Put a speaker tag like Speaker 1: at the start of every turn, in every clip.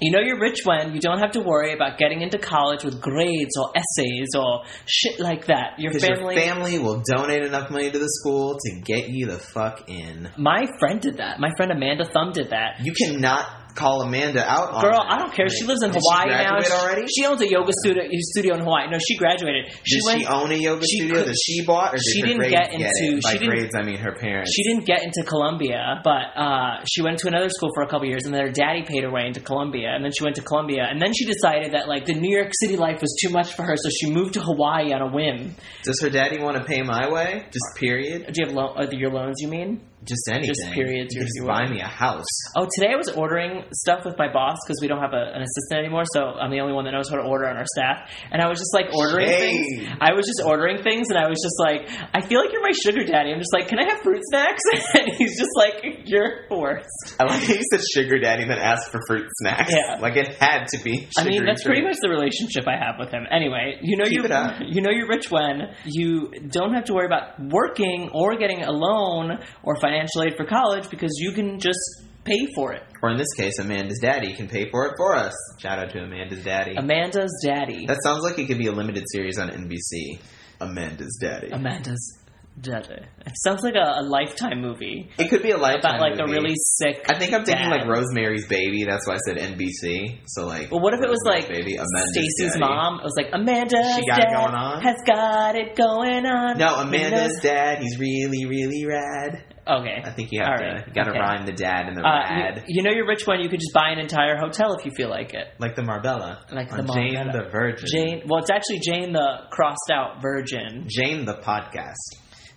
Speaker 1: You know you're rich when you don't have to worry about getting into college with grades or essays or shit like that. Your
Speaker 2: 'Cause
Speaker 1: family.
Speaker 2: your family will donate enough money to the school to get you the fuck in.
Speaker 1: my friend did that. My friend Amanda Thumb did that.
Speaker 2: You cannot call Amanda out on
Speaker 1: Girl,
Speaker 2: that.
Speaker 1: I don't care. She lives in
Speaker 2: Did she
Speaker 1: Hawaii now.
Speaker 2: graduate already?
Speaker 1: She owns a yoga studio, studio in Hawaii. No, she graduated. She
Speaker 2: Did
Speaker 1: went.
Speaker 2: she own a yoga
Speaker 1: she
Speaker 2: studio
Speaker 1: could-
Speaker 2: that she bought, or did
Speaker 1: she
Speaker 2: her
Speaker 1: didn't
Speaker 2: grades
Speaker 1: get
Speaker 2: it?
Speaker 1: into-
Speaker 2: By
Speaker 1: she didn't-
Speaker 2: grades, I mean her parents.
Speaker 1: she didn't get into Columbia, but uh, she went to another school for a couple years, and then her daddy paid her way into Columbia, and then she went to Columbia, and then she decided that like the New York City life was too much for her, so she moved to Hawaii on a whim.
Speaker 2: Does her daddy want to pay my way? Just period.
Speaker 1: Do you have lo- uh, your loans? You mean?
Speaker 2: Just anything.
Speaker 1: periods,
Speaker 2: You
Speaker 1: you're-
Speaker 2: just
Speaker 1: you
Speaker 2: buy
Speaker 1: are.
Speaker 2: me a house.
Speaker 1: Oh, today I was ordering stuff with my boss because we don't have a, an assistant anymore, so I'm the only one that knows how to order on our staff. And I was just like ordering
Speaker 2: Shade.
Speaker 1: things. I was just ordering things, and I was just like, I feel like you're my sugar daddy. I'm just like, can I have fruit snacks? And he's just like, you're the worst.
Speaker 2: I like how you said sugar daddy, then asked for fruit snacks.
Speaker 1: Yeah.
Speaker 2: like it had to be.
Speaker 1: I mean,
Speaker 2: sugary
Speaker 1: that's pretty
Speaker 2: fruit.
Speaker 1: much the relationship I have with him. Anyway, you know
Speaker 2: Keep
Speaker 1: you
Speaker 2: it up.
Speaker 1: you know you're rich when you don't have to worry about working or getting a loan or financial aid for college because you can just pay for it.
Speaker 2: Or in this case, Amanda's daddy can pay for it for us. Shout out to Amanda's daddy.
Speaker 1: Amanda's daddy.
Speaker 2: That sounds like it could be a limited series on NBC. Amanda's daddy.
Speaker 1: Amanda's Daddy. It sounds like a, a lifetime movie
Speaker 2: It could be a lifetime
Speaker 1: about like
Speaker 2: movie.
Speaker 1: a really sick.
Speaker 2: I think I'm thinking
Speaker 1: dad.
Speaker 2: like Rosemary's Baby. That's why I said NBC. So like,
Speaker 1: Well, what if it was like
Speaker 2: Rosemary's Baby, Amanda's
Speaker 1: Stacy's
Speaker 2: daddy.
Speaker 1: mom? It was like Amanda.
Speaker 2: She got it
Speaker 1: dad
Speaker 2: going on?
Speaker 1: Has got it going on.
Speaker 2: No, Amanda's dad. He's really, really rad.
Speaker 1: Okay.
Speaker 2: I think you have
Speaker 1: All
Speaker 2: to
Speaker 1: right,
Speaker 2: you gotta
Speaker 1: okay.
Speaker 2: rhyme the dad and the
Speaker 1: Uh,
Speaker 2: rad,
Speaker 1: you, you know you're rich when you could just buy an entire hotel if you feel like it.
Speaker 2: like the Marbella,
Speaker 1: Like the
Speaker 2: on Jane
Speaker 1: Marbella.
Speaker 2: the Virgin,
Speaker 1: Jane. Well, it's actually Jane the crossed out virgin.
Speaker 2: Jane the podcast.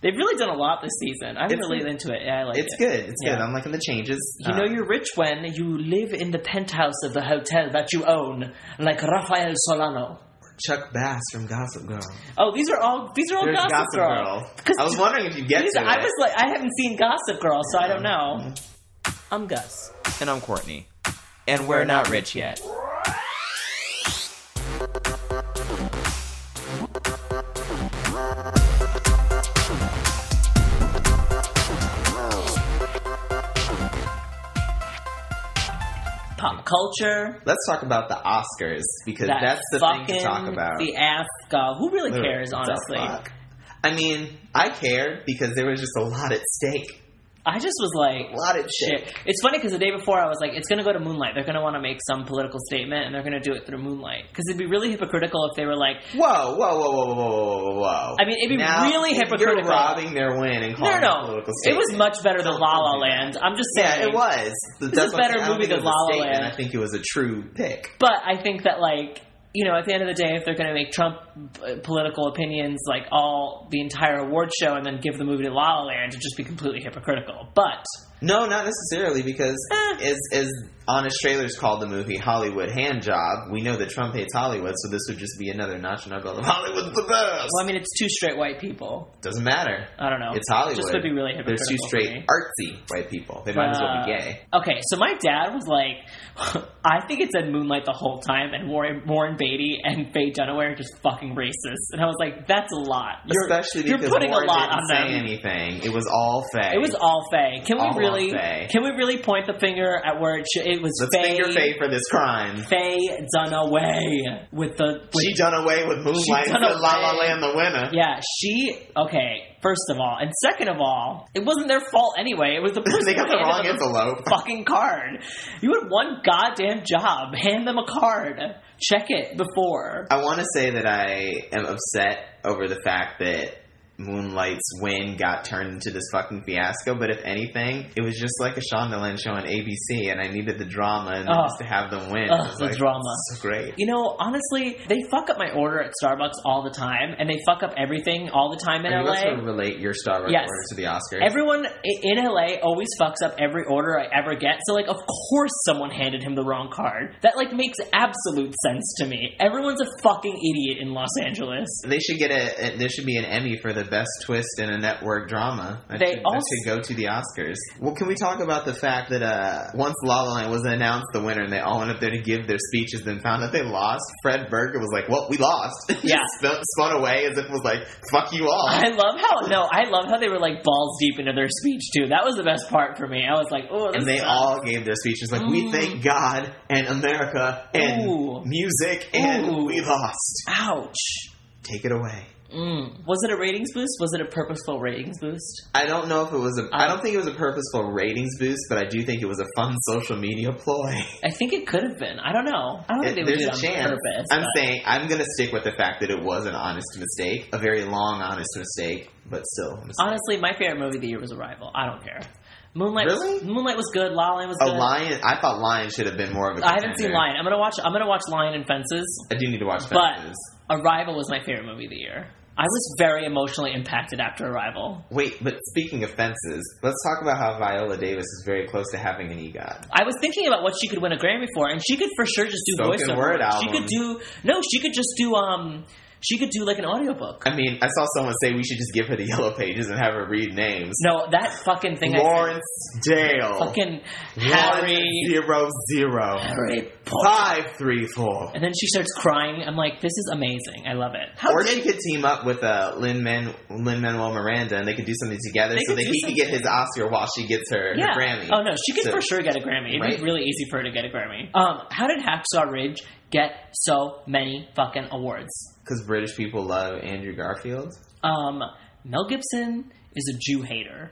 Speaker 1: They've really done a lot this season. I'm
Speaker 2: It's-
Speaker 1: really into it. Yeah, I like
Speaker 2: It's
Speaker 1: it.
Speaker 2: good. Uh-huh. It's good.
Speaker 1: Yeah.
Speaker 2: I'm liking the changes. Uh,
Speaker 1: You know you're rich when you live in the penthouse of the hotel that you own, like Rafael Solano.
Speaker 2: Chuck Bass from Gossip Girl.
Speaker 1: Oh, these are all these are all
Speaker 2: There's
Speaker 1: Gossip, Girl. Because
Speaker 2: I was wondering if you get
Speaker 1: these-
Speaker 2: to
Speaker 1: I
Speaker 2: it.
Speaker 1: was like, I haven't seen Gossip Girl, so I don't know.
Speaker 2: Mm-hmm.
Speaker 1: I'm Gus.
Speaker 2: and I'm Courtney, and we're, not rich yet.
Speaker 1: Pop culture.
Speaker 2: Let's talk about the Oscars because
Speaker 1: that
Speaker 2: that's the
Speaker 1: fucking,
Speaker 2: thing to talk about.
Speaker 1: The Afghan. Who really
Speaker 2: Literally,
Speaker 1: cares,
Speaker 2: it's a
Speaker 1: honestly?
Speaker 2: fuck. I mean, I cared because there was just a lot at stake.
Speaker 1: I just was like,
Speaker 2: A lot at stake.
Speaker 1: shit. It's funny because the day before I was like, it's going to go to Moonlight. They're going to want to make some political statement and they're going to do it through Moonlight. Because it'd be really hypocritical if they were like,
Speaker 2: Whoa, whoa, whoa, whoa, whoa, whoa, whoa, whoa.
Speaker 1: I mean, it'd be
Speaker 2: Now,
Speaker 1: really
Speaker 2: if You're
Speaker 1: hypocritical.
Speaker 2: robbing their win
Speaker 1: no,
Speaker 2: and calling it a
Speaker 1: no, no.
Speaker 2: political
Speaker 1: It
Speaker 2: statement.
Speaker 1: was much better than
Speaker 2: Don't-
Speaker 1: La La
Speaker 2: don't do that.
Speaker 1: Land. I'm just saying.
Speaker 2: Yeah, it was. This
Speaker 1: a better movie than La La Land.
Speaker 2: I think it was a true pick.
Speaker 1: But I think that like you know, at the end of the day, if they're going to make Trump uh, political opinions like all the entire award show and then give the movie to La La Land, it'd just be completely hypocritical. But
Speaker 2: No, not necessarily because
Speaker 1: Eh.
Speaker 2: as as honest trailers called the movie Hollywood Hand Job, we know that Trump hates Hollywood, so this would just be another notch in our belt of Hollywood's the best.
Speaker 1: well, I mean, it's two straight white people.
Speaker 2: Doesn't matter.
Speaker 1: I don't know.
Speaker 2: It's Hollywood.
Speaker 1: Just would be really hypocritical.
Speaker 2: There's two straight
Speaker 1: for me.
Speaker 2: artsy white people. They might as well be
Speaker 1: Uh,
Speaker 2: gay.
Speaker 1: Okay, so my dad was like, I think it said Moonlight the whole time, and Warren, Warren Beatty and Faye Dunaway are just fucking racist. And I was like, that's a lot. You're,
Speaker 2: Especially
Speaker 1: you're
Speaker 2: because
Speaker 1: putting
Speaker 2: Warren
Speaker 1: a lot
Speaker 2: didn't
Speaker 1: on
Speaker 2: say
Speaker 1: them.
Speaker 2: anything. It was all fake.
Speaker 1: It was all Faye. Can
Speaker 2: All on
Speaker 1: we really?
Speaker 2: Faye.
Speaker 1: Can we really point the finger at where it, should, it was
Speaker 2: Let's
Speaker 1: Faye?
Speaker 2: finger Faye for this crime.
Speaker 1: Faye Dunaway with the with,
Speaker 2: She done away with Moonlight
Speaker 1: She
Speaker 2: and
Speaker 1: done
Speaker 2: said La La
Speaker 1: away.
Speaker 2: Land the winner.
Speaker 1: yeah she okay first of all and second of all it wasn't their fault anyway it was the person
Speaker 2: they got the
Speaker 1: who
Speaker 2: wrong
Speaker 1: handed them
Speaker 2: envelope.
Speaker 1: the fucking card you had one goddamn job hand them a card check it before
Speaker 2: I want to say that I am upset over the fact that Moonlight's win got turned into this fucking fiasco, but if anything, it was just like a Shondaland show on ABC, and I needed the drama and
Speaker 1: Ugh.
Speaker 2: just to have them win.
Speaker 1: Ugh,
Speaker 2: It was
Speaker 1: the
Speaker 2: like,
Speaker 1: drama.
Speaker 2: So great.
Speaker 1: you know honestly they fuck up my order at Starbucks all the time and they fuck up everything all the time in
Speaker 2: Are you
Speaker 1: LA
Speaker 2: allowed to relate your Star Wars
Speaker 1: Yes.
Speaker 2: order to the Oscars?
Speaker 1: Everyone i- in LA always fucks up every order I ever get. So like, of course someone handed him the wrong card. That like makes absolute sense to me. Everyone's a fucking idiot in Los Angeles.
Speaker 2: they should get a, a- There should be an Emmy for the the best twist in a network drama. That
Speaker 1: They
Speaker 2: should, that
Speaker 1: also-
Speaker 2: should go to the Oscars. Well, can we talk about the fact that uh, once La La Land was announced the winner, and they all went up there to give their speeches, and found out they lost. Fred Berger was like, "Well, we lost."
Speaker 1: Yeah.
Speaker 2: spun, spun away as if it was like, "Fuck you all."
Speaker 1: I love how no, I love how they were like balls deep into their speech too. That was the best part for me. I was like, oh,
Speaker 2: and
Speaker 1: this
Speaker 2: they
Speaker 1: sucks.
Speaker 2: all gave their speeches like, "We
Speaker 1: Mm.
Speaker 2: thank God and America and
Speaker 1: Ooh.
Speaker 2: music, and
Speaker 1: Ooh.
Speaker 2: we lost."
Speaker 1: ouch.
Speaker 2: Take it away.
Speaker 1: Mm. Was it a ratings boost? Was it a purposeful ratings boost?
Speaker 2: I don't know if it was a. I
Speaker 1: Um,
Speaker 2: don't think it was a purposeful ratings boost, but I do think it was a fun social media ploy.
Speaker 1: I think it could have been. I don't know. I don't think they
Speaker 2: It-
Speaker 1: would
Speaker 2: there's
Speaker 1: do
Speaker 2: a
Speaker 1: it on
Speaker 2: chance.
Speaker 1: purpose.
Speaker 2: I'm
Speaker 1: but-
Speaker 2: saying I'm gonna stick with the fact that it was an honest mistake, a very long honest mistake, but still. a mistake.
Speaker 1: honestly, my favorite movie of the year was Arrival. I don't care. Moonlight. Was,
Speaker 2: Really?
Speaker 1: Moonlight was good. La La Land was
Speaker 2: a
Speaker 1: good.
Speaker 2: lion. I thought lion should have been more of a.
Speaker 1: uh, I haven't seen
Speaker 2: contender.
Speaker 1: Lion. I'm gonna watch. I'm gonna watch Lion and Fences.
Speaker 2: I do need to watch
Speaker 1: But-
Speaker 2: that.
Speaker 1: Arrival was my favorite movie of the year. I was very emotionally impacted after Arrival.
Speaker 2: Wait, but speaking of fences, let's talk about how Viola Davis is very close to having an EGOT.
Speaker 1: I was thinking about what she could win a Grammy for, and she could for sure just do
Speaker 2: Spoken
Speaker 1: voiceover.
Speaker 2: word
Speaker 1: She
Speaker 2: album.
Speaker 1: could do no. She could just do um. She could do like an audiobook.
Speaker 2: I mean, I saw someone say we should just give her the yellow pages and have her read names.
Speaker 1: No, that fucking thing. I
Speaker 2: Lawrence Dale.
Speaker 1: said, fucking
Speaker 2: One
Speaker 1: Harry.
Speaker 2: zero zero
Speaker 1: Harry Potter.
Speaker 2: five three four.
Speaker 1: And then she starts crying. I'm like, this is amazing. I love it. How
Speaker 2: Or they could team up with uh, Lin Manuel Miranda and they could do something together
Speaker 1: They
Speaker 2: so
Speaker 1: could
Speaker 2: that
Speaker 1: do
Speaker 2: he could get
Speaker 1: something.
Speaker 2: his Oscar while she gets her, her Grammy.
Speaker 1: Oh no, she could
Speaker 2: So-
Speaker 1: for sure get a Grammy. It'd
Speaker 2: Right?
Speaker 1: be really easy for her to get a Grammy. Um, how did Hacksaw Ridge get so many fucking awards?
Speaker 2: Because British people love Andrew Garfield.
Speaker 1: Um, Mel Gibson is a Jew hater.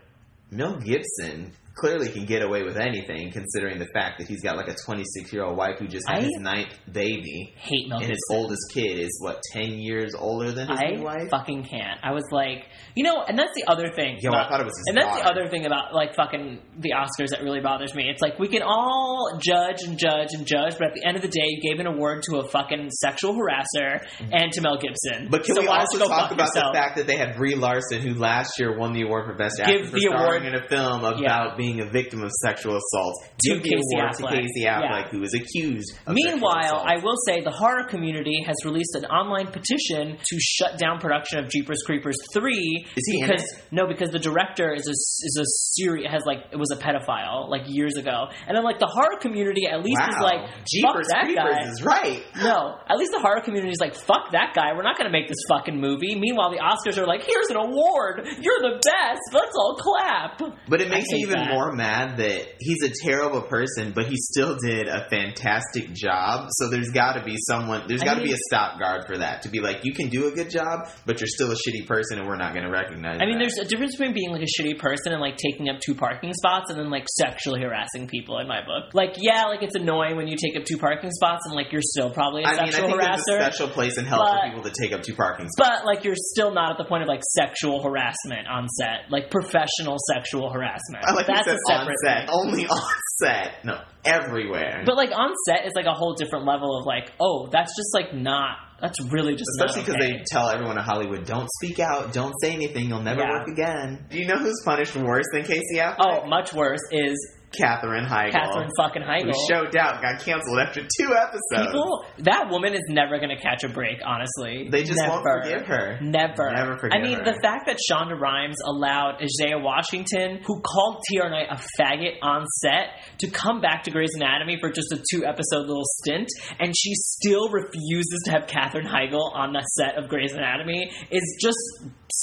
Speaker 2: Mel Gibson clearly can get away with anything considering the fact that he's got like a 26 year old wife who just had
Speaker 1: I-
Speaker 2: his ninth baby.
Speaker 1: Hate Mel
Speaker 2: And
Speaker 1: Gibson.
Speaker 2: his oldest kid is what ten years older than his
Speaker 1: I
Speaker 2: new wife.
Speaker 1: fucking can't. I was like, you know, and that's the other thing.
Speaker 2: Yo, I
Speaker 1: about-
Speaker 2: thought it was his
Speaker 1: and that's the
Speaker 2: daughter.
Speaker 1: other thing about like fucking the Oscars that really bothers me. It's like we can all judge and judge and judge, but at the end of the day, you gave an award to a fucking sexual harasser and to Mel Gibson.
Speaker 2: Mm-hmm. But can
Speaker 1: so
Speaker 2: we
Speaker 1: why don't
Speaker 2: also
Speaker 1: you go
Speaker 2: talk
Speaker 1: fuck
Speaker 2: about
Speaker 1: yourself?
Speaker 2: the fact that they had Brie Larson, who last year won the award for Best
Speaker 1: Give
Speaker 2: Actress for
Speaker 1: the
Speaker 2: starring
Speaker 1: award-
Speaker 2: in a film about
Speaker 1: Yeah.
Speaker 2: being a victim of sexual assault.
Speaker 1: To
Speaker 2: Give the
Speaker 1: Casey
Speaker 2: award
Speaker 1: Affleck.
Speaker 2: to Casey
Speaker 1: Yeah.
Speaker 2: Affleck, who is accused. Of sexual
Speaker 1: Meanwhile,
Speaker 2: assault.
Speaker 1: I will say the horror community has released an online petition to shut down production of Jeepers Creepers three
Speaker 2: Is he in
Speaker 1: because no, because the director is a is a serious has like it was a pedophile like years ago, and then like the horror community at least
Speaker 2: wow.
Speaker 1: is like fuck
Speaker 2: Jeepers
Speaker 1: that
Speaker 2: Creepers
Speaker 1: guy.
Speaker 2: is right.
Speaker 1: no, at least the horror community is like, fuck that guy. We're not going to make this fucking movie. Meanwhile, the Oscars are like, here's an award. You're the best. Let's all clap.
Speaker 2: But it makes
Speaker 1: I
Speaker 2: me
Speaker 1: hate
Speaker 2: even
Speaker 1: that.
Speaker 2: more mad that he's a terrible person, but he still did a fantastic job. So there's got to be someone, there's
Speaker 1: I
Speaker 2: got to
Speaker 1: mean-
Speaker 2: be a stop guard for that to be like, you can do a good job, but you're still a shitty person, and we're not going to recognize.
Speaker 1: I mean,
Speaker 2: that.
Speaker 1: there's a difference between being like a shitty person and like taking up two parking spots and then like sexually harassing people in my book. Like, yeah, like it's annoying when you take up two parking spots and like you're still probably a
Speaker 2: I mean, I
Speaker 1: sexual
Speaker 2: think there's a
Speaker 1: harasser.
Speaker 2: special place in hell
Speaker 1: but-
Speaker 2: for people to take up two parking spots.
Speaker 1: but like you're still not at the point of like sexual harassment on set, like professional sexual harassment.
Speaker 2: I like
Speaker 1: That's
Speaker 2: you said
Speaker 1: a separate
Speaker 2: on set.
Speaker 1: thing.
Speaker 2: Only on set. No, everywhere.
Speaker 1: But like on set is like a whole different level of like, oh, that's just like not. That's really just
Speaker 2: Especially
Speaker 1: because
Speaker 2: because they tell everyone in Hollywood, don't speak out, don't say anything, you'll never
Speaker 1: Yeah.
Speaker 2: work again. Do you know who's punished worse than Casey Affleck?
Speaker 1: Oh, much worse is
Speaker 2: Catherine Heigl.
Speaker 1: Catherine fucking Heigl.
Speaker 2: Who showed out, got canceled after two episodes.
Speaker 1: People, that woman is never going to catch a break. Honestly,
Speaker 2: they just won't
Speaker 1: Never.
Speaker 2: forgive her.
Speaker 1: Never.
Speaker 2: Never forgive
Speaker 1: I mean,
Speaker 2: her.
Speaker 1: the fact that Shonda Rhimes allowed Isaiah Washington, who called T.R. Knight a faggot on set, to come back to Grey's Anatomy for just a two episode little stint, and she still refuses to have Katherine Heigl on the set of Grey's Anatomy is just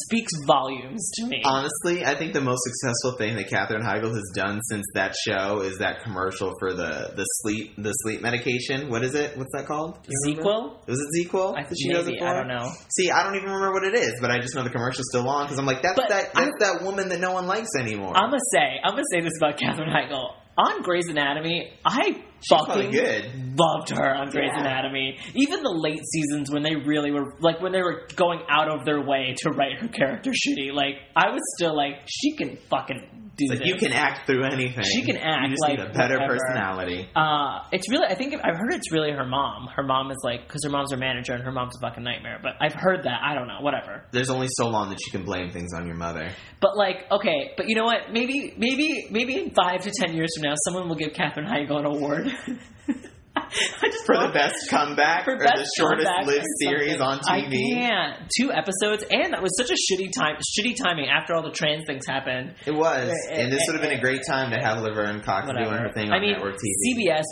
Speaker 1: speaks volumes to me.
Speaker 2: Honestly, I think the most successful thing that Katherine Heigl has done since that show is that commercial for the, the sleep the sleep medication. What is it? What's that called? Do you remember?
Speaker 1: Sequel?
Speaker 2: Was it Zequel?
Speaker 1: I
Speaker 2: that she does it
Speaker 1: maybe.
Speaker 2: for?
Speaker 1: I don't know.
Speaker 2: See, I don't even remember what it is, but I just know the commercial's still on because I'm like, that's
Speaker 1: But
Speaker 2: that
Speaker 1: I'm-
Speaker 2: that's that woman that no one likes anymore.
Speaker 1: I'm gonna say, I'm gonna say this about Katherine Heigl on Grey's Anatomy. I
Speaker 2: probably
Speaker 1: fucking
Speaker 2: good.
Speaker 1: loved her on Grey's
Speaker 2: Yeah.
Speaker 1: Anatomy. Even the late seasons when they really were like when they were going out of their way to write her character shitty. Like I was still like, she can fucking do
Speaker 2: Like
Speaker 1: this.
Speaker 2: you can act through anything.
Speaker 1: She can act
Speaker 2: You just need
Speaker 1: like
Speaker 2: a better
Speaker 1: whatever.
Speaker 2: personality.
Speaker 1: Uh, it's really. I think I've heard it's really her mom. Her mom is like because her mom's her manager and her mom's a fucking nightmare. But I've heard that. I don't know. Whatever.
Speaker 2: There's only so long that you can blame things on your mother.
Speaker 1: But like, okay, but you know what? Maybe, maybe, maybe in five to ten years from now, someone will give Katherine Heigl an award. I just
Speaker 2: for the best comeback
Speaker 1: For
Speaker 2: or
Speaker 1: best
Speaker 2: the shortest
Speaker 1: comeback or
Speaker 2: lived series on
Speaker 1: I
Speaker 2: TV.
Speaker 1: can't. Two episodes, and that was such a shitty time. Shitty timing after all the trans things happened.
Speaker 2: It was,
Speaker 1: Uh,
Speaker 2: and this
Speaker 1: uh,
Speaker 2: would have been a great time to have Laverne Cox doing her
Speaker 1: Whatever.
Speaker 2: thing on
Speaker 1: I mean,
Speaker 2: network TV.
Speaker 1: CBS.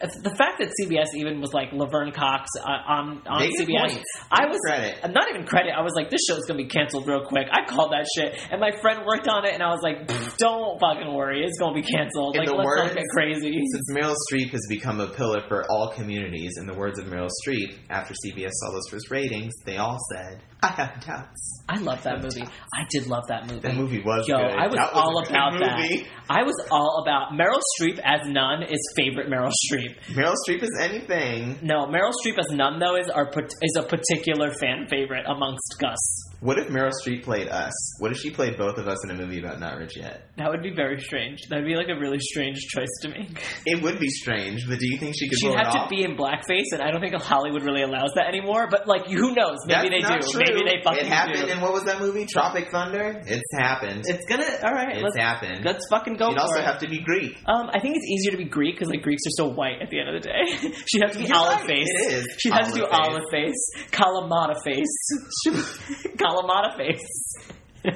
Speaker 1: The fact that CBS even was like Laverne Cox uh, on on
Speaker 2: They get
Speaker 1: CBS.
Speaker 2: points.
Speaker 1: I was
Speaker 2: credit.
Speaker 1: not even credit. I was like, this show's gonna be canceled real quick. I called that shit, and my friend worked on it, and I was like, "Pfft, don't fucking worry, it's gonna be canceled.
Speaker 2: In
Speaker 1: like,
Speaker 2: the
Speaker 1: let's
Speaker 2: words-
Speaker 1: not get crazy.
Speaker 2: Since Meryl Streep has become a pillar for all communities, in the words of Meryl Streep, after CBS saw those first ratings, they all said, I have doubts.
Speaker 1: I love that movie. I did love that movie.
Speaker 2: That movie was
Speaker 1: Yo,
Speaker 2: good.
Speaker 1: I was,
Speaker 2: That a
Speaker 1: all
Speaker 2: good
Speaker 1: about
Speaker 2: movie.
Speaker 1: that. I was all about Meryl Streep as Nun is favorite Meryl Streep.
Speaker 2: Meryl Streep is anything.
Speaker 1: No, Meryl Streep as Nun though is our pat- is a particular fan favorite amongst Gus.
Speaker 2: What if Meryl Streep played us? What if she played both of us in a movie about not rich yet?
Speaker 1: That would be very strange. That would be like a really strange choice to make.
Speaker 2: It would be strange, but do you think she could
Speaker 1: She'd
Speaker 2: pull
Speaker 1: have
Speaker 2: it
Speaker 1: to
Speaker 2: off?
Speaker 1: be in blackface, and I don't think Hollywood really allows that anymore. But like, who knows? Maybe
Speaker 2: That's
Speaker 1: they
Speaker 2: not
Speaker 1: do.
Speaker 2: True.
Speaker 1: Maybe they fucking
Speaker 2: It happened
Speaker 1: do.
Speaker 2: in what was that movie? Tropic Thunder? It's happened.
Speaker 1: it's gonna. All right,
Speaker 2: It's
Speaker 1: let's
Speaker 2: happened.
Speaker 1: let's fucking go
Speaker 2: You'd
Speaker 1: for
Speaker 2: also
Speaker 1: it.
Speaker 2: have to be Greek.
Speaker 1: um, I think it's easier to be Greek because like Greeks are so white at the end of the day. She'd have to be
Speaker 2: You're
Speaker 1: olive
Speaker 2: right,
Speaker 1: face.
Speaker 2: It is.
Speaker 1: She has to do olive
Speaker 2: Olive
Speaker 1: face, Kalamata face, Kalamata face.
Speaker 2: face.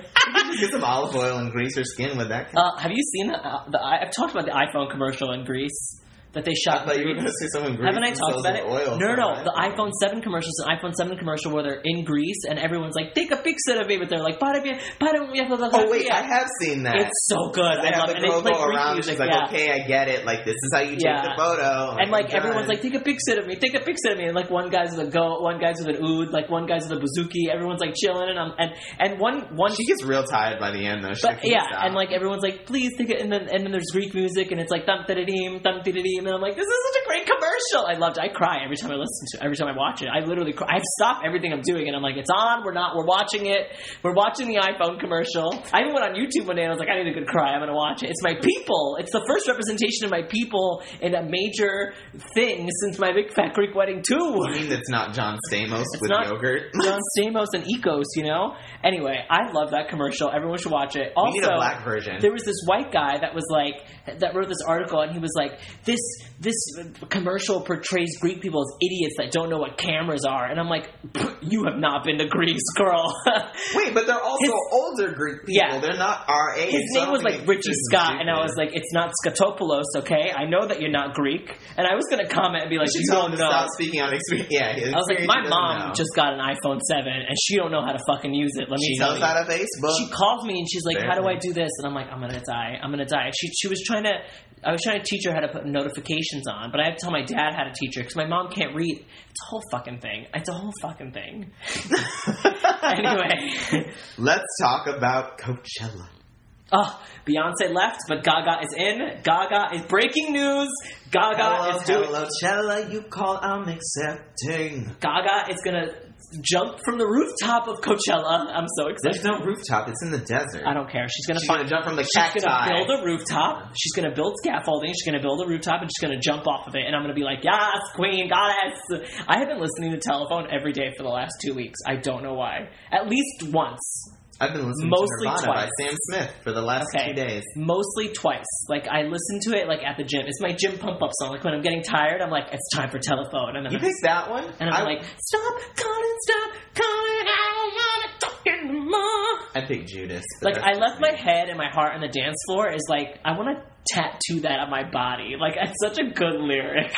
Speaker 2: Get some olive oil and grease her skin with that.
Speaker 1: Uh, have you seen the, uh, the? I- I've talked about the iPhone commercial in Greece that they
Speaker 2: I
Speaker 1: shot.
Speaker 2: thought you were
Speaker 1: in
Speaker 2: going to
Speaker 1: Greece.
Speaker 2: say someone greased
Speaker 1: Haven't I talked
Speaker 2: themselves
Speaker 1: about it?
Speaker 2: in Oil
Speaker 1: no, no, no.
Speaker 2: for it.
Speaker 1: The iPhone 7 commercial is an iPhone 7 commercial where they're in Greece and everyone's like, take a picture of me, but they're like, para bien, para bien, blah, blah, blah,
Speaker 2: Oh wait,
Speaker 1: yeah.
Speaker 2: I have seen that.
Speaker 1: It's so good.
Speaker 2: they
Speaker 1: I love
Speaker 2: have
Speaker 1: it.
Speaker 2: the
Speaker 1: And they play
Speaker 2: logo
Speaker 1: Greek
Speaker 2: around.
Speaker 1: music,
Speaker 2: She's like,
Speaker 1: yeah.
Speaker 2: okay, I get it. Like this is how you take
Speaker 1: Yeah.
Speaker 2: the photo.
Speaker 1: And like
Speaker 2: I'm
Speaker 1: everyone's
Speaker 2: done.
Speaker 1: like, take a picture of me, take a picture of me. And like one guy's with a goat, one guy's with an oud, like one guy's with a bazooki. Everyone's like chilling, and I'm and and one one
Speaker 2: she gets real tired by the end though. She
Speaker 1: But
Speaker 2: can't
Speaker 1: yeah,
Speaker 2: stop.
Speaker 1: and like everyone's like, please take it, and then and then there's Greek music, and it's like thump da-da-deem, thump da-da-deem, and I'm like, this is such a great commercial. I loved. it. I cry every time I listen to, it, every time I watch it. I literally, cry. I stop everything I'm doing, and I'm like, it's on. We're not. We're watching it. We're watching the iPhone commercial. I even went on YouTube one day, and I was like, I need a good cry. I'm gonna watch it. It's my people. It's the first representation of my people in a major thing since my Big Fat Greek Wedding too.
Speaker 2: you mean that's not John Stamos with
Speaker 1: not-
Speaker 2: yogurt?
Speaker 1: John Stamos and Ecos, you know. Anyway, I love that commercial. Everyone should watch it. Also,
Speaker 2: we need a black version.
Speaker 1: there was this white guy that was like that wrote this article and he was like this this commercial portrays greek people as idiots that don't know what cameras are and i'm like you have not been to greece girl
Speaker 2: Wait, but they're also
Speaker 1: His-
Speaker 2: older Greek people.
Speaker 1: Yeah.
Speaker 2: They're not our age.
Speaker 1: his
Speaker 2: so
Speaker 1: name
Speaker 2: I don't
Speaker 1: was
Speaker 2: think
Speaker 1: like
Speaker 2: it's
Speaker 1: richie
Speaker 2: just
Speaker 1: scott and i
Speaker 2: stupid.
Speaker 1: was like it's not skatopoulos okay i know that you're not greek and i was gonna comment and be like
Speaker 2: She
Speaker 1: you
Speaker 2: told him
Speaker 1: don't
Speaker 2: to
Speaker 1: know
Speaker 2: stop speaking on experience. Yeah, his
Speaker 1: I was like,
Speaker 2: experience
Speaker 1: my
Speaker 2: doesn't
Speaker 1: mom
Speaker 2: know.
Speaker 1: just got an iPhone 7 and she don't know how to fucking use it. Let me
Speaker 2: she
Speaker 1: tell
Speaker 2: knows
Speaker 1: you.
Speaker 2: how to Facebook.
Speaker 1: she calls me and she's like, "How do I
Speaker 2: Barely.
Speaker 1: do this?" And I'm like, "I'm gonna die. I'm gonna die." She she was trying to. I was trying to teach her how to put notifications on, but I have to tell my dad how to teach her because my mom can't read. It's a whole fucking thing. It's a whole fucking thing. anyway,
Speaker 2: Let's talk about Coachella.
Speaker 1: oh, Beyonce left, but Gaga is in. Gaga is breaking news. Gaga
Speaker 2: Hello,
Speaker 1: is doing.
Speaker 2: hello, Coachella. You call, I'm accepting.
Speaker 1: Gaga is gonna jump from the rooftop of Coachella. I'm so excited.
Speaker 2: There's no rooftop. It's in the desert.
Speaker 1: I don't care. She's gonna
Speaker 2: She's
Speaker 1: find
Speaker 2: gonna jump from the
Speaker 1: She's gonna
Speaker 2: cacti.
Speaker 1: build a rooftop. She's gonna build scaffolding. She's gonna build a rooftop, and she's gonna jump off of it. And I'm gonna be like, "Yes, queen, goddess." I have been listening to Telephone every day for the last two weeks. I don't know why. At least once,
Speaker 2: I've been listening
Speaker 1: Mostly
Speaker 2: to Nirvana
Speaker 1: twice.
Speaker 2: by Sam Smith for the last
Speaker 1: Okay.
Speaker 2: two days.
Speaker 1: mostly twice. Like I listen to it like at the gym. It's my gym pump up song. Like when I'm getting tired, I'm like, "It's time for Telephone," and then
Speaker 2: You
Speaker 1: I'm,
Speaker 2: picked that one?
Speaker 1: and I'm
Speaker 2: I-
Speaker 1: like, "Stop calling, stop calling, I don't wanna talk anymore."
Speaker 2: I picked Judas.
Speaker 1: Like
Speaker 2: but that's
Speaker 1: I
Speaker 2: just
Speaker 1: left
Speaker 2: me.
Speaker 1: my head and my heart on the dance floor is like I want to tattoo that on my body. Like it's such a good lyric.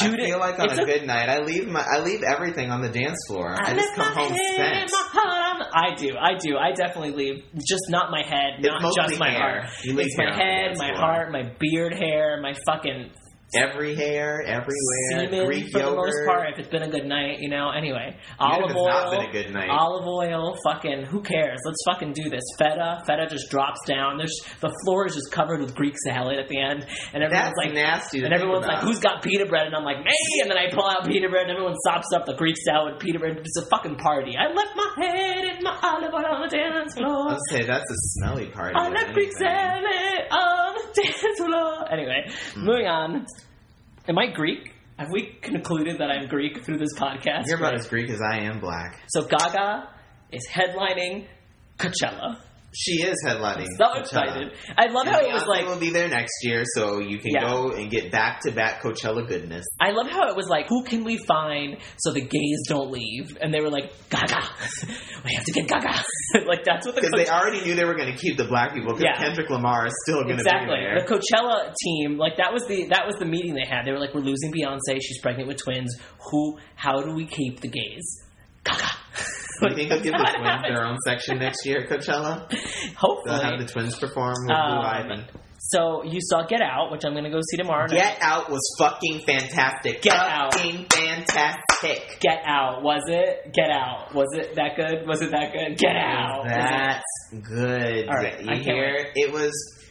Speaker 1: Judas,
Speaker 2: I feel like on
Speaker 1: it's
Speaker 2: a, good night, I leave my I leave everything on the dance floor. I,
Speaker 1: left
Speaker 2: just come
Speaker 1: my
Speaker 2: home
Speaker 1: head and
Speaker 2: spent.
Speaker 1: my heart on- I do, I do, I definitely leave. Just not my head,
Speaker 2: It's
Speaker 1: not
Speaker 2: mostly
Speaker 1: just my
Speaker 2: hair.
Speaker 1: heart.
Speaker 2: You leave
Speaker 1: it's my
Speaker 2: hair on the
Speaker 1: head,
Speaker 2: dance
Speaker 1: my
Speaker 2: floor.
Speaker 1: heart, my beard hair, my fucking
Speaker 2: Every hair, everywhere,
Speaker 1: semen
Speaker 2: Greek
Speaker 1: for the
Speaker 2: yogurt.
Speaker 1: most part. If it's been a good night, you know. Anyway,
Speaker 2: Even
Speaker 1: olive
Speaker 2: if it's
Speaker 1: oil.
Speaker 2: not been a good night.
Speaker 1: Olive oil, fucking, who cares? Let's fucking do this. Feta, feta just drops down. There's the floor is just covered with Greek salad at the end, and everyone's
Speaker 2: That's
Speaker 1: like,
Speaker 2: nasty. To
Speaker 1: and
Speaker 2: think
Speaker 1: everyone's like,
Speaker 2: about.
Speaker 1: who's got pita bread? And I'm like, me. And then I pull out pita bread, and everyone sops up the Greek salad, pita bread. It's a fucking party. I left my head in my olive oil on the dance floor.
Speaker 2: I'll say that's a smelly party.
Speaker 1: I
Speaker 2: or
Speaker 1: left Greek
Speaker 2: anything.
Speaker 1: salad on the dance floor. Anyway,
Speaker 2: Hmm.
Speaker 1: moving on. Am I Greek? Have we concluded that I'm Greek through this podcast?
Speaker 2: You're
Speaker 1: Right.
Speaker 2: about as Greek as I am black.
Speaker 1: So Gaga is headlining Coachella.
Speaker 2: She is headlining.
Speaker 1: So
Speaker 2: Coachella.
Speaker 1: excited! I love
Speaker 2: And
Speaker 1: how it was
Speaker 2: Beyonce
Speaker 1: like
Speaker 2: will be there next year, so you can
Speaker 1: Yeah.
Speaker 2: go and get back to back Coachella goodness.
Speaker 1: I love how it was like, who can we find so the gays don't leave? And they were like, Gaga. we have to get Gaga. like that's what the
Speaker 2: Because they
Speaker 1: Coachella,
Speaker 2: already knew they were going to keep the black people. Because
Speaker 1: Yeah.
Speaker 2: Kendrick Lamar is still going to
Speaker 1: exactly
Speaker 2: be
Speaker 1: the
Speaker 2: there.
Speaker 1: Coachella team. Like that was the that was the meeting they had. They were like, we're losing Beyonce. She's pregnant with twins. Who? How do we keep the gays? Gaga.
Speaker 2: You think they'll give the
Speaker 1: What
Speaker 2: twins
Speaker 1: happened?
Speaker 2: their own section next year at Coachella? They'll have
Speaker 1: Hopefully.
Speaker 2: the twins perform with Blue
Speaker 1: Um,
Speaker 2: Ivy.
Speaker 1: so you saw Get Out, which I'm going to go see tomorrow. night.
Speaker 2: Get Out was fucking fantastic.
Speaker 1: Get Out.
Speaker 2: fucking fantastic.
Speaker 1: Get Out. Was it? Get Out. Was it that good? Was it that good? Get Out. Was it-
Speaker 2: That's good.
Speaker 1: All right, I
Speaker 2: You
Speaker 1: can't
Speaker 2: hear? It was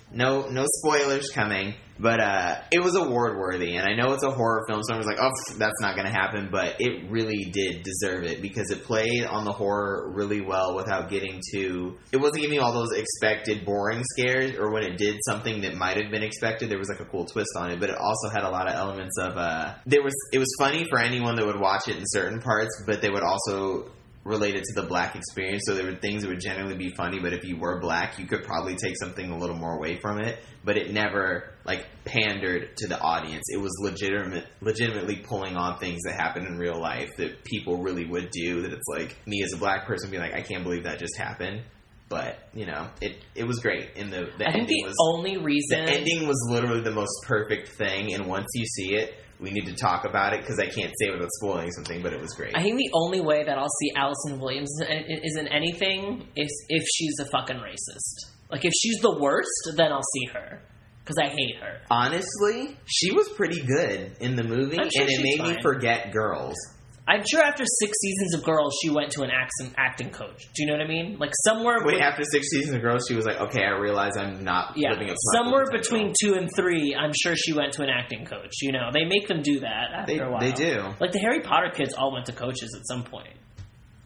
Speaker 2: no no spoilers coming, but uh, it was award worthy, and I know it's a horror film, so I was like, oh, pff, that's not gonna happen. But it really did deserve it because it played on the horror really well without getting too. It wasn't giving you all those expected boring scares, or when it did something that might have been expected, there was like a cool twist on it. But it also had a lot of elements of uh, there was it was funny for anyone that would watch it in certain parts, but they would also related to the black experience. So there were things that would generally be funny, but if you were black, you could probably take something a little more away from it. But it never like pandered to the audience. It was legitimate, legitimately pulling on things that happen in real life that people really would do. That it's like me as a black person being like, I can't believe that just happened. But you know, it it was great. And the the
Speaker 1: I think
Speaker 2: ending
Speaker 1: the
Speaker 2: was
Speaker 1: only reason
Speaker 2: the ending was literally the most perfect thing. And once you see it. We need to talk about it because I can't say without spoiling something, but it was great.
Speaker 1: I think the only way that I'll see Allison Williams is in, is in anything is if she's a fucking racist. Like if she's the worst, then I'll see her because I hate her.
Speaker 2: honestly, she was pretty good in the movie,
Speaker 1: I'm sure
Speaker 2: and it
Speaker 1: she's
Speaker 2: made me
Speaker 1: fine.
Speaker 2: forget girls.
Speaker 1: I'm sure after six seasons of Girls, she went to an accent, acting coach. Do you know what I mean? Like somewhere,
Speaker 2: Wait, after six seasons of girls, she was like, "Okay, I realize I'm not
Speaker 1: yeah,
Speaker 2: living up." to my full
Speaker 1: somewhere
Speaker 2: potential."
Speaker 1: between two and three, I'm sure she went to an acting coach. You know, they make them do that after
Speaker 2: They,
Speaker 1: a while.
Speaker 2: they do.
Speaker 1: Like the Harry Potter kids all went to coaches at some point.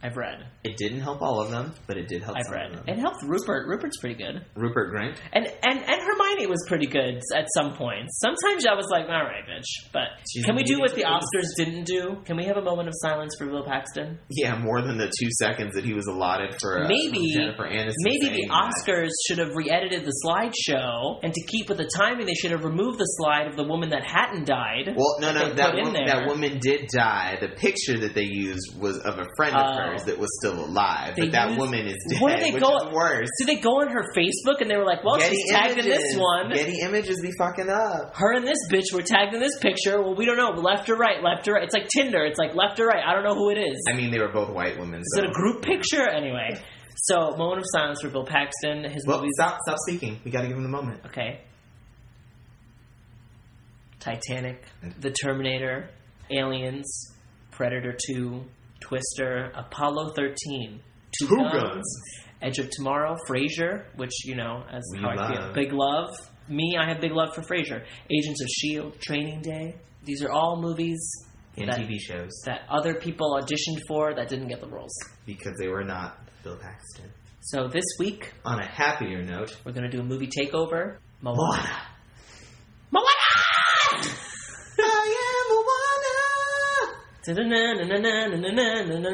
Speaker 1: I've read.
Speaker 2: It didn't help all of them, but it did help
Speaker 1: I've
Speaker 2: some
Speaker 1: read.
Speaker 2: of them.
Speaker 1: It helped Rupert. Rupert's pretty good.
Speaker 2: Rupert Grint.
Speaker 1: And and and Hermione was pretty good at some points. Sometimes I was like, all right, bitch. But
Speaker 2: She's
Speaker 1: can we do
Speaker 2: amazing.
Speaker 1: what the Oscars didn't do? Can we have a moment of silence for Bill Paxton?
Speaker 2: Yeah, more than the two seconds that he was allotted for uh,
Speaker 1: Maybe-
Speaker 2: Jennifer Aniston.
Speaker 1: Maybe
Speaker 2: saying
Speaker 1: the
Speaker 2: that.
Speaker 1: Oscars should have re-edited the slideshow, and to keep with the timing, they should have removed the slide of the woman that hadn't died.
Speaker 2: Well, no,
Speaker 1: that
Speaker 2: no,
Speaker 1: they
Speaker 2: that
Speaker 1: put in
Speaker 2: woman,
Speaker 1: there.
Speaker 2: that woman did die. The picture that they used was of a friend of
Speaker 1: Oh.
Speaker 2: hers that was still alive,
Speaker 1: They
Speaker 2: but that
Speaker 1: used-
Speaker 2: woman is dead,
Speaker 1: Where do they
Speaker 2: which
Speaker 1: go-
Speaker 2: is worse.
Speaker 1: So they go on her Facebook, and they were like, "Well,
Speaker 2: Getty
Speaker 1: she's tagged in this
Speaker 2: Images.
Speaker 1: one."
Speaker 2: Getty Images be fucking up.
Speaker 1: her and this bitch were tagged in this picture. Well, we don't know left or right, left or right. It's like Tinder. It's like left or right. I don't know who it is.
Speaker 2: I mean, they were both white women.
Speaker 1: Is
Speaker 2: So.
Speaker 1: it a group picture? Anyway. So, moment of silence for Bill Paxton. His
Speaker 2: Well,
Speaker 1: movies.
Speaker 2: stop, stop speaking. We got to give him the moment.
Speaker 1: Okay. Titanic,
Speaker 2: Mm-hmm.
Speaker 1: The Terminator, Aliens, Predator 2, Twister, Apollo 13, Two
Speaker 2: Two
Speaker 1: Guns,
Speaker 2: Guns.
Speaker 1: Edge of Tomorrow, Frasier, which, you know, as
Speaker 2: We
Speaker 1: how I feel.
Speaker 2: love.
Speaker 1: Big Love. Me, I have big love for Frasier. Agents of S.H.I.E.L.D., E Training Day. These are all movies
Speaker 2: In
Speaker 1: that,
Speaker 2: TV shows
Speaker 1: that other people auditioned for that didn't get the roles.
Speaker 2: because they were not Bill Paxton.
Speaker 1: So this week,
Speaker 2: On a happier note,
Speaker 1: we're going to do a movie takeover. Moana.
Speaker 2: Moana.
Speaker 1: Moana!
Speaker 2: I am Moana.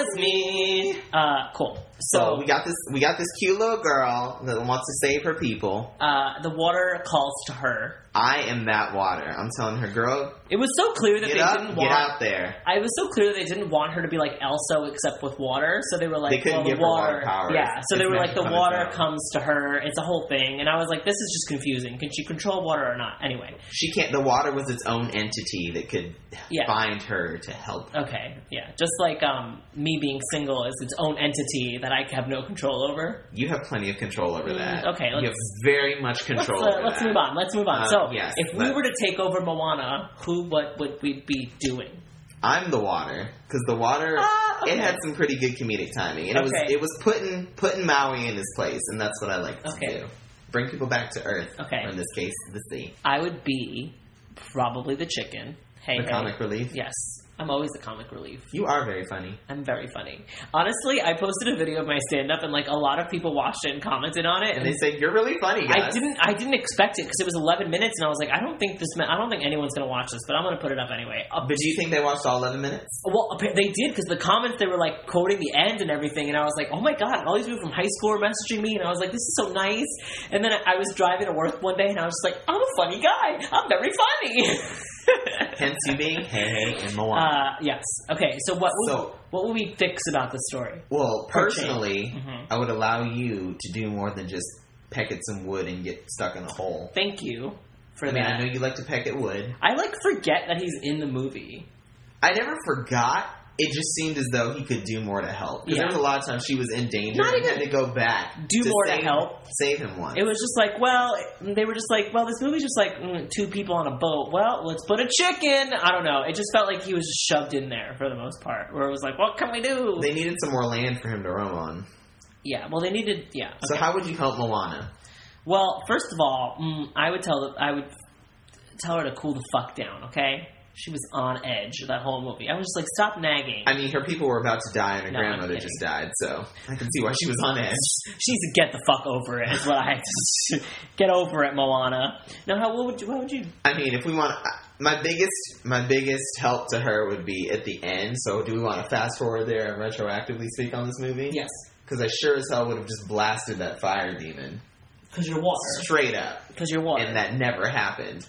Speaker 1: It's me. Uh, cool.
Speaker 2: So,
Speaker 1: So
Speaker 2: we got this. We got this cute little girl that wants to save her people.
Speaker 1: uh, the water calls to her.
Speaker 2: I am that water. I'm telling her, girl,
Speaker 1: It was so clear that
Speaker 2: get
Speaker 1: they
Speaker 2: up,
Speaker 1: didn't
Speaker 2: get
Speaker 1: want.
Speaker 2: out there.
Speaker 1: I was so clear that they didn't want her to be like Elsa except with water. So they were like,
Speaker 2: They couldn't
Speaker 1: well,
Speaker 2: give
Speaker 1: the
Speaker 2: her water
Speaker 1: water.
Speaker 2: powers.
Speaker 1: yeah. So they
Speaker 2: It's
Speaker 1: were like, the
Speaker 2: magic on its
Speaker 1: water
Speaker 2: own.
Speaker 1: comes to her. It's a whole thing. And I was like, this is just confusing. Can she control water or not? Anyway.
Speaker 2: She can't. The water was its own entity that could
Speaker 1: Yeah.
Speaker 2: find her to help.
Speaker 1: Okay. Yeah. Just like um, me being single is its own entity that I have no control over.
Speaker 2: You have plenty of control over that.
Speaker 1: Mm, okay,
Speaker 2: you have
Speaker 1: let's-
Speaker 2: very much control.
Speaker 1: Let's, uh,
Speaker 2: over
Speaker 1: let's
Speaker 2: that.
Speaker 1: move on. Let's move on.
Speaker 2: Uh,
Speaker 1: so,
Speaker 2: yes,
Speaker 1: if we
Speaker 2: let's-
Speaker 1: were to take over Moana, who, what would we be doing?
Speaker 2: I'm the water because the water
Speaker 1: Ah, okay.
Speaker 2: it had some pretty good comedic timing, and it was
Speaker 1: Okay.
Speaker 2: it was putting putting Maui in his place, and that's what I like to
Speaker 1: Okay.
Speaker 2: do. Bring people back to Earth.
Speaker 1: Okay.
Speaker 2: Or in this case, the sea,
Speaker 1: I would be probably the chicken. Hey,
Speaker 2: the
Speaker 1: hey.
Speaker 2: comic relief.
Speaker 1: Yes. I'm always the comic relief.
Speaker 2: You are very funny.
Speaker 1: I'm very funny. Honestly, I posted a video of my stand up and like a lot of people watched it and commented on it
Speaker 2: And they said, You're really funny,
Speaker 1: I
Speaker 2: guys.
Speaker 1: didn't. I didn't expect it because it was 11 minutes, and I was like, I don't think this. ma- I don't think anyone's going to watch this, but I'm going to put it up anyway. Uh,
Speaker 2: But do you think they watched all 11 minutes?
Speaker 1: well, appa- they did because the comments they were like quoting the end and everything, and I was like, oh my god! All these people from high school were messaging me, and I was like, this is so nice. And then I, I was driving to work one day, and I was just like, I'm a funny guy. I'm very funny.
Speaker 2: Hence you being Hey Hey and Moana.
Speaker 1: uh, yes. Okay. So what? Would,
Speaker 2: So-
Speaker 1: what would we fix about the story?
Speaker 2: well, personally,
Speaker 1: Mhm.
Speaker 2: I would allow you to do more than just peck at some wood and get stuck in a hole.
Speaker 1: Thank you for
Speaker 2: I
Speaker 1: that.
Speaker 2: mean, I know you like to peck at wood.
Speaker 1: I like forget that he's in the movie.
Speaker 2: I never forgot. It just seemed as though he could do more to help. 'Cause
Speaker 1: Yeah.
Speaker 2: There was a lot of times she was in danger
Speaker 1: Not
Speaker 2: and
Speaker 1: even
Speaker 2: had to go back.
Speaker 1: do more to
Speaker 2: save-
Speaker 1: help.
Speaker 2: Save him once.
Speaker 1: It was just like, well, they were just like, well, this movie's just like mm, two people on a boat. Well, let's put a chicken. I don't know. It just felt like he was just shoved in there for the most part, where it was like, what can we do?
Speaker 2: they needed some more land for him to roam on.
Speaker 1: yeah, well, they needed, yeah.
Speaker 2: So how would you help Moana?
Speaker 1: Well, first of all, mm, I would tell I would tell her to cool the fuck down. Okay, she was on edge that whole movie. I was just like, stop nagging.
Speaker 2: I mean, her people were about to die, and her
Speaker 1: No, I'm
Speaker 2: grandmother
Speaker 1: kidding.
Speaker 2: just died, so I can see why she was on edge.
Speaker 1: she needs to get the fuck over it. Is what I get over it, Moana. Now, how what would you? What would you?
Speaker 2: I mean, if we want, I- my biggest my biggest help to her would be at the end. So, do we want to fast forward there and retroactively speak on this movie?
Speaker 1: Yes,
Speaker 2: Because I sure as hell would have just blasted that fire demon
Speaker 1: because you're water.
Speaker 2: straight up,
Speaker 1: Because you're water.
Speaker 2: and that never happened.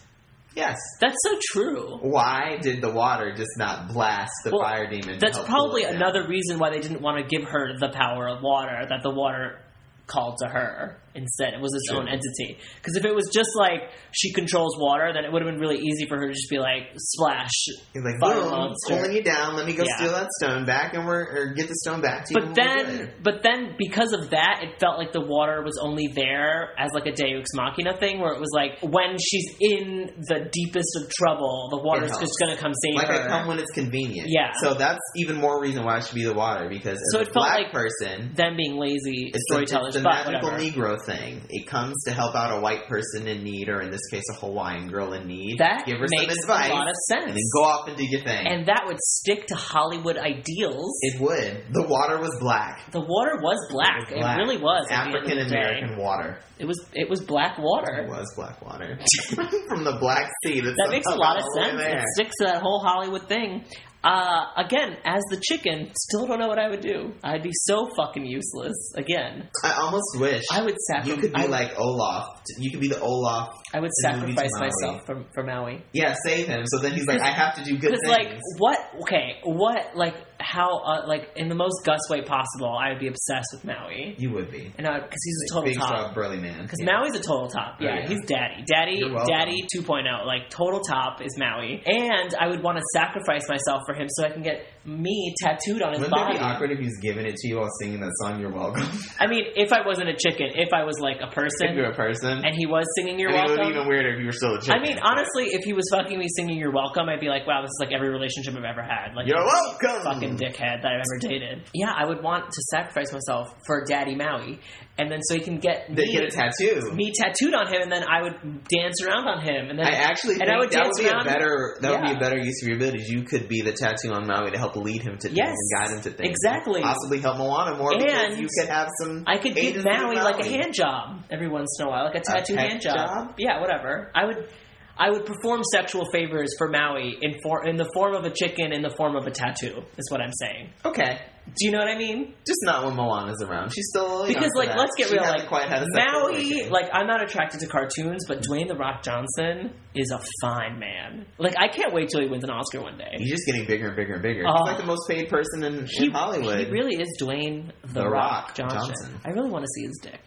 Speaker 2: Yes.
Speaker 1: That's so true.
Speaker 2: Why did the water just not blast the
Speaker 1: Well,
Speaker 2: fire demon? to
Speaker 1: That's
Speaker 2: help
Speaker 1: probably
Speaker 2: cool it down?
Speaker 1: another reason why they didn't want to give her the power of water, that the water called to her instead. It was its
Speaker 2: Sure.
Speaker 1: own entity. Because if it was just like she controls water, then it would have been really easy for her to just be like, splash.
Speaker 2: He's like,
Speaker 1: fire
Speaker 2: boom,
Speaker 1: monster.
Speaker 2: pulling you down. Let me go
Speaker 1: Yeah.
Speaker 2: steal that stone back, and we're or get the stone back to you.
Speaker 1: But
Speaker 2: when we're
Speaker 1: then,
Speaker 2: good."
Speaker 1: but then, because of that, it felt like the water was only there as like a Deus Machina thing, where it was like when she's in the deepest of trouble, the water's
Speaker 2: helps.
Speaker 1: just going to come save
Speaker 2: Like
Speaker 1: her.
Speaker 2: I come when it's convenient.
Speaker 1: Yeah.
Speaker 2: So that's even more reason why I should be the water because as
Speaker 1: So
Speaker 2: a
Speaker 1: it felt
Speaker 2: black
Speaker 1: like-
Speaker 2: person,
Speaker 1: them being lazy
Speaker 2: it's the,
Speaker 1: storytellers,
Speaker 2: it's the
Speaker 1: but
Speaker 2: magical
Speaker 1: whatever.
Speaker 2: Negro thing. It comes to help out a white person in need, or in this case, a Hawaiian girl in need.
Speaker 1: that
Speaker 2: give her
Speaker 1: makes
Speaker 2: some advice,
Speaker 1: a lot of sense.
Speaker 2: and then go off and do your thing.
Speaker 1: and that would stick to Hollywood ideals.
Speaker 2: it would. The water was black.
Speaker 1: the water was black.
Speaker 2: It
Speaker 1: It,
Speaker 2: was black.
Speaker 1: really was. at the end of the
Speaker 2: African
Speaker 1: day.
Speaker 2: American water.
Speaker 1: It was it was black
Speaker 2: It
Speaker 1: water.
Speaker 2: was black water from the Black Sea. That's
Speaker 1: That makes a
Speaker 2: somehow
Speaker 1: lot of
Speaker 2: all the way
Speaker 1: sense. It
Speaker 2: there.
Speaker 1: sticks to that whole Hollywood thing. Uh, again, as the chicken, still don't know what I would do. I'd be so fucking useless. Again,
Speaker 2: I almost wish
Speaker 1: I would
Speaker 2: you
Speaker 1: sacrifice.
Speaker 2: could be
Speaker 1: I,
Speaker 2: like Olaf. You could be the Olaf.
Speaker 1: I would
Speaker 2: it would be
Speaker 1: sacrifice
Speaker 2: to Maui.
Speaker 1: myself for, for Maui.
Speaker 2: Yeah, save him. So then he's like, I have to do good
Speaker 1: Because
Speaker 2: things.
Speaker 1: like what? Okay, what? Like how? Uh, like in the most Gus way possible, I would be obsessed with Maui,
Speaker 2: you would be
Speaker 1: and because he's a total
Speaker 2: big,
Speaker 1: top.
Speaker 2: strong, burly man.
Speaker 1: Because
Speaker 2: Yeah.
Speaker 1: Maui's a total top.
Speaker 2: Oh,
Speaker 1: Yeah,
Speaker 2: yeah.
Speaker 1: he's daddy. Daddy,
Speaker 2: You're welcome.
Speaker 1: daddy 2.0. Like, total top is Maui. And I would want to sacrifice myself for him so I can get me tattooed on his
Speaker 2: Wouldn't that
Speaker 1: body.
Speaker 2: be awkward if he's giving it to you while singing that song? You're welcome.
Speaker 1: I mean, if I wasn't a chicken, if I was like a
Speaker 2: if
Speaker 1: person
Speaker 2: you're a person,
Speaker 1: and he was singing You're
Speaker 2: I mean, it would be
Speaker 1: Welcome.
Speaker 2: even weirder if you were still a chicken.
Speaker 1: I mean, honestly, if he was fucking me singing You're Welcome, I'd be like, wow, this is like every relationship I've ever had. Like,
Speaker 2: you're welcome.
Speaker 1: fucking dickhead that I've ever dated. Yeah, I would want to sacrifice myself for daddy Maui. And then so he can get
Speaker 2: They
Speaker 1: me,
Speaker 2: get a tattoo.
Speaker 1: me tattooed on him and then I would dance around on him. And then
Speaker 2: I actually
Speaker 1: And
Speaker 2: think
Speaker 1: I would
Speaker 2: that
Speaker 1: dance
Speaker 2: would be a
Speaker 1: around.
Speaker 2: better that would be
Speaker 1: Yeah.
Speaker 2: a better use of your abilities. You could be the tattoo on Maui to help lead him to things
Speaker 1: Yes,
Speaker 2: and guide him to things.
Speaker 1: exactly.
Speaker 2: Possibly help Moana more because
Speaker 1: And
Speaker 2: you could have some
Speaker 1: I could
Speaker 2: aid
Speaker 1: give
Speaker 2: in
Speaker 1: Maui
Speaker 2: the
Speaker 1: like a hand job every once in a while, like a tattoo
Speaker 2: peck
Speaker 1: hand job.
Speaker 2: job?
Speaker 1: Yeah, whatever. I would, I would perform sexual favors for Maui in for in the form of a chicken, in the form of a tattoo. Is what I'm saying.
Speaker 2: Okay.
Speaker 1: Do you know what I mean?
Speaker 2: Just not when Moana's around. She's still a little young
Speaker 1: Because,
Speaker 2: for
Speaker 1: like,
Speaker 2: that.
Speaker 1: let's get
Speaker 2: She
Speaker 1: real,
Speaker 2: hasn't
Speaker 1: like,
Speaker 2: quite had a sexual
Speaker 1: Maui,
Speaker 2: awakening.
Speaker 1: like I'm not attracted to cartoons, but Dwayne the Rock Johnson is a fine man. Like I can't wait till he wins an Oscar one day.
Speaker 2: he's just getting bigger and bigger and bigger.
Speaker 1: Oh.
Speaker 2: he's like the most paid person in, in Hollywood.
Speaker 1: he really is Dwayne the,
Speaker 2: The
Speaker 1: Rock,
Speaker 2: Rock
Speaker 1: Johnson.
Speaker 2: Johnson.
Speaker 1: I really want to see his dick.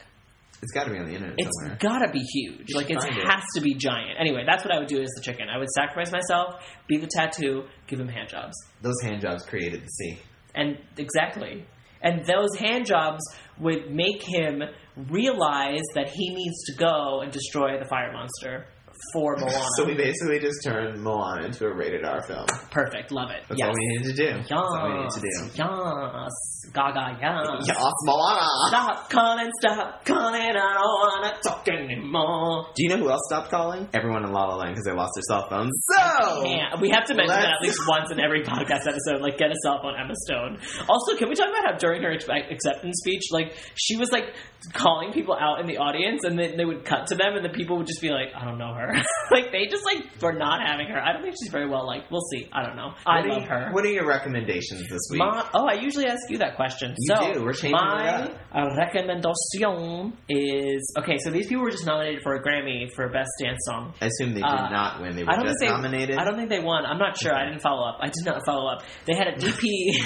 Speaker 2: it's got to be on the internet
Speaker 1: It's
Speaker 2: somewhere.
Speaker 1: gotta be huge.
Speaker 2: You
Speaker 1: Like
Speaker 2: should
Speaker 1: it
Speaker 2: find it.
Speaker 1: has to be giant. Anyway, that's what I would do as the chicken. I would sacrifice myself, be the tattoo, give him hand jobs,
Speaker 2: Those hand jobs created the sea.
Speaker 1: and exactly. And those hand jobs would make him realize that he needs to go and destroy the fire monster for Moana.
Speaker 2: So we basically just turned Moana into a rated R film.
Speaker 1: Perfect. Love it.
Speaker 2: That's
Speaker 1: yes.
Speaker 2: all we needed to do. That's all we needed
Speaker 1: Yes.
Speaker 2: to do.
Speaker 1: Yes. Gaga, yes.
Speaker 2: Yes, Moana.
Speaker 1: Stop calling, stop calling. I don't wanna talk anymore.
Speaker 2: Do you know who else stopped calling? Everyone in La La Land because they lost their cell phones. So
Speaker 1: Yeah, we have to mention that at
Speaker 2: Let's-
Speaker 1: least once in every podcast episode. Like, get a cell phone, Emma Stone. Also, can we talk about how during her expe- acceptance speech, like she was like calling people out in the audience, and then they would cut to them, and the people would just be like, "I don't know her." like they just like were not having her. I don't think she's very well liked. We'll see. I don't know. I
Speaker 2: What are
Speaker 1: love
Speaker 2: you-
Speaker 1: her.
Speaker 2: What are your recommendations this week?
Speaker 1: My, oh, I usually ask you that question.
Speaker 2: You
Speaker 1: so
Speaker 2: do. We're changing
Speaker 1: my
Speaker 2: it up.
Speaker 1: recommendation is okay. So these people were just nominated for a Grammy for best dance song.
Speaker 2: I assume they did
Speaker 1: Uh,
Speaker 2: not win. They
Speaker 1: I
Speaker 2: were
Speaker 1: don't
Speaker 2: just
Speaker 1: think they.
Speaker 2: nominated.
Speaker 1: I don't think they won. I'm not sure. I didn't follow up. I did not follow up. They had a DP.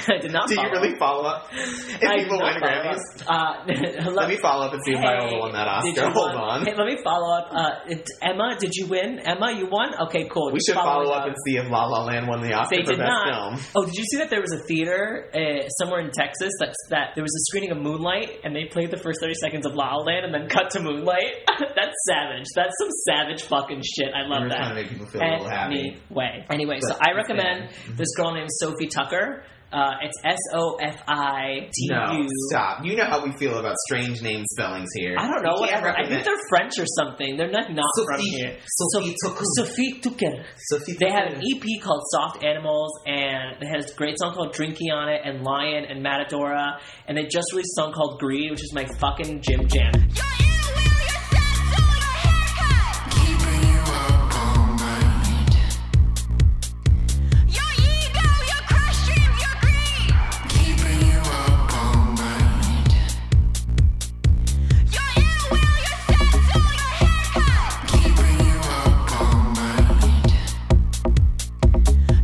Speaker 1: I did not.
Speaker 2: Did
Speaker 1: follow
Speaker 2: you really
Speaker 1: Up.
Speaker 2: follow up? If
Speaker 1: I did
Speaker 2: people
Speaker 1: not
Speaker 2: win
Speaker 1: follow
Speaker 2: Grammys,
Speaker 1: up. Uh,
Speaker 2: let me follow up and see if I
Speaker 1: Hey,
Speaker 2: won that
Speaker 1: did you
Speaker 2: Oscar. Hold
Speaker 1: won?
Speaker 2: on.
Speaker 1: Hey, let me follow up. Uh, it- Emma, did you win? Emma, you won. Okay, cool.
Speaker 2: We
Speaker 1: Just
Speaker 2: should follow
Speaker 1: following
Speaker 2: up and see if La La Land won the Oscar
Speaker 1: They
Speaker 2: for
Speaker 1: did
Speaker 2: best
Speaker 1: not.
Speaker 2: film.
Speaker 1: Oh, did you see that there was a theater uh, somewhere in Texas that that there was a screening of Moonlight and they played the first thirty seconds of La La Land and then cut to Moonlight? That's savage. That's some savage fucking shit. I
Speaker 2: we
Speaker 1: love
Speaker 2: were
Speaker 1: that.
Speaker 2: trying to make people feel a little happy.
Speaker 1: Anyway, anyway, so
Speaker 2: But-
Speaker 1: I recommend
Speaker 2: yeah. Mhm.
Speaker 1: this girl named Sophie Tucker. Uh, it's S O F I T
Speaker 2: No,
Speaker 1: U.
Speaker 2: stop. You know how we feel about strange name spellings here.
Speaker 1: I don't know.
Speaker 2: We can't
Speaker 1: Whatever. I think
Speaker 2: recommend-
Speaker 1: they're French or something. They're not not from
Speaker 2: Sophie-
Speaker 1: here.
Speaker 2: Sophie Tucker. Mm-hmm.
Speaker 1: Sophie Tucker.
Speaker 2: Sophie
Speaker 1: They had
Speaker 2: Tucker.
Speaker 1: an E EP called Soft Animals, and they had this great song called Drinky on it, and Lion, and Matadora, and they just released a song called Greed, which is my fucking gym jam.
Speaker 3: Keeping you up all night. Your ego, your crush dream, your greed. Keeping you up all night. Your ill will, your sex, all your haircut. Keeping you up all night.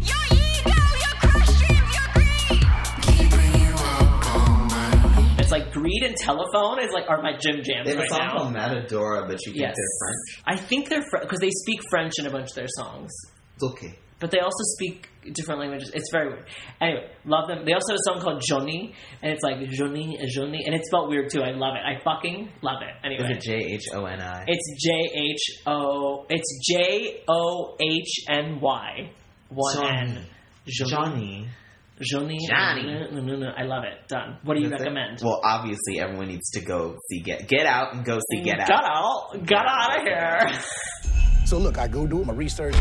Speaker 3: Your ego, your crush dream, your greed. Keeping you up all night.
Speaker 1: It's like Greed and Telephone is like are my gym jams
Speaker 2: They have
Speaker 1: right
Speaker 2: a song
Speaker 1: now.
Speaker 2: called Matadora, but you think
Speaker 1: Yes.
Speaker 2: they're French.
Speaker 1: I think they're because they speak French in a bunch of their songs.
Speaker 2: It's okay.
Speaker 1: but they also speak different languages. It's very weird. Anyway, love them. They also have a song called Johnny, and it's like Johnny, Johnny, and it's spelled weird too. I love it. I fucking love it.
Speaker 2: Is
Speaker 1: Anyway,
Speaker 2: it J H O N I?
Speaker 1: it's J H O. It's J O H N Y. One
Speaker 2: Johnny.
Speaker 1: N. Johnny.
Speaker 2: Johnny.
Speaker 1: Johnny.
Speaker 2: Johnny.
Speaker 1: No, no, no. I love it. Done. What do you
Speaker 2: That's it?
Speaker 1: recommend?
Speaker 2: Well, obviously, everyone needs to go see Get Get Out and go see Get Out.
Speaker 1: Got out. Got out of here.
Speaker 4: So look, I go do my research.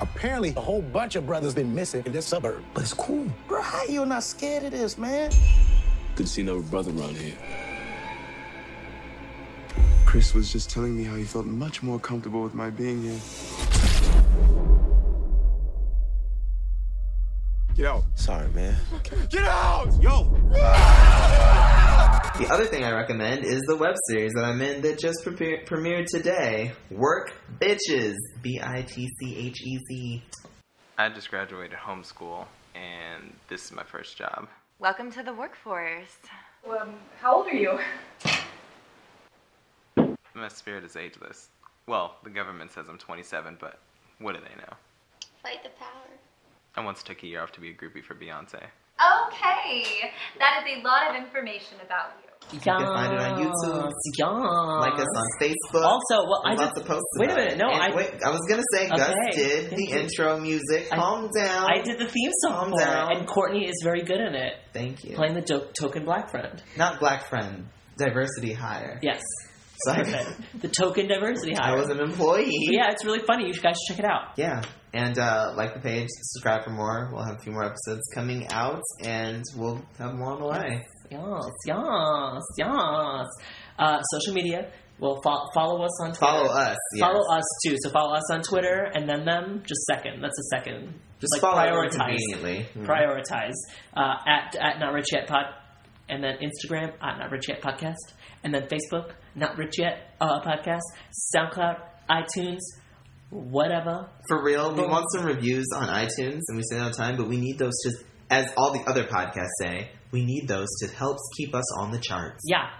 Speaker 4: Apparently, a whole bunch of brothers been missing in this suburb. But it's cool. Bro, how you not scared of this, man?
Speaker 5: Couldn't see no brother around here.
Speaker 6: Chris was just telling me how he felt much more comfortable with my being here. Get out.
Speaker 4: Sorry, man.
Speaker 6: Get out! Yo!
Speaker 2: The other thing I recommend is the web series that I'm in that just prepar- premiered today. Work Bitches. B I T C H E Z.
Speaker 7: I just graduated homeschool, and this is my first job.
Speaker 8: Welcome to the workforce.
Speaker 9: Um, how old are you?
Speaker 7: My spirit is ageless. Well, the government says I'm 27, but what do they know?
Speaker 10: Fight the power.
Speaker 7: I once took a year off to be a groupie for Beyonce.
Speaker 9: Okay, that is a lot of information about you.
Speaker 1: You
Speaker 2: can find it on YouTube. Like us on Facebook.
Speaker 1: Also, well, I
Speaker 2: There's
Speaker 1: just
Speaker 2: lots of posts
Speaker 1: wait a
Speaker 2: about
Speaker 1: minute.
Speaker 2: it.
Speaker 1: No,
Speaker 2: And
Speaker 1: I
Speaker 2: wait, I was gonna say Gus
Speaker 1: Okay.
Speaker 2: did the
Speaker 1: Thank you.
Speaker 2: intro music.
Speaker 1: I-
Speaker 2: Calm down.
Speaker 1: I did the theme song
Speaker 2: Calm
Speaker 1: for
Speaker 2: down.
Speaker 1: it, and Courtney is very good in it,
Speaker 2: Thank you.
Speaker 1: playing the do- token black friend.
Speaker 2: Not black friend. Diversity hire.
Speaker 1: Yes,
Speaker 2: So I,
Speaker 1: perfect. the token diversity
Speaker 2: I
Speaker 1: hire.
Speaker 2: was an employee.
Speaker 1: yeah, it's really funny. You guys should check it out.
Speaker 2: yeah and uh, like the page subscribe for more we'll have a few more episodes coming out and we'll have more on the way
Speaker 1: Yes, yes, yes. Uh, social media. Well, fo- follow us on Twitter.
Speaker 2: follow us yes.
Speaker 1: Follow us too. So follow us on Twitter, and then them. Just second. That's a second.
Speaker 2: just
Speaker 1: like,
Speaker 2: follow
Speaker 1: prioritize.
Speaker 2: conveniently
Speaker 1: prioritize uh, at at not rich yet pod and then instagram at not rich yet podcast and then facebook not rich yet uh, podcast soundcloud itunes whatever
Speaker 2: Mm-hmm. for real we want some reviews on itunes and we say it all the time but we need those to as all the other podcasts say we need those to help keep us on the charts
Speaker 1: yeah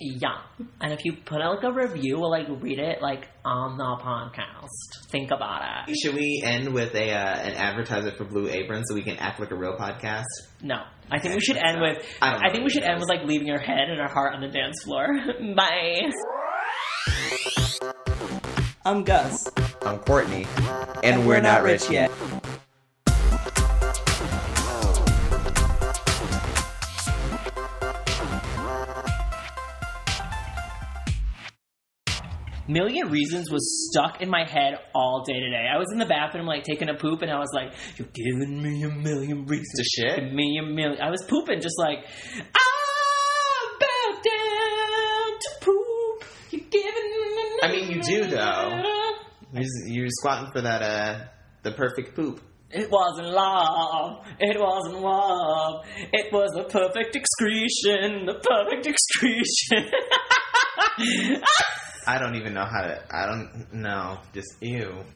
Speaker 1: yeah and if you put out like a review we'll like read it like on the podcast think about it
Speaker 2: should we end with a uh, an advertiser for blue apron so we can act like a real podcast
Speaker 1: no i think we should end with
Speaker 2: I don't know
Speaker 1: i think we should
Speaker 2: what it
Speaker 1: end with like leaving our head and our heart on the dance floor bye
Speaker 11: I'm Gus.
Speaker 2: I'm Courtney, and, we're, not, rich yet.
Speaker 1: Million Reasons was stuck in my head all day today. I was in the bathroom, like taking a poop, and I was like, "You're giving me a million reasons
Speaker 2: To shit?
Speaker 1: give me a million. I was pooping, just like I'm about down to poop. You're giving me.
Speaker 2: I mean, you do, though. You're, you're squatting for that, uh, the perfect poop.
Speaker 1: It wasn't love. It wasn't love. It was the perfect excretion. The perfect excretion.
Speaker 2: I don't even know how to, I don't know. Just, ew.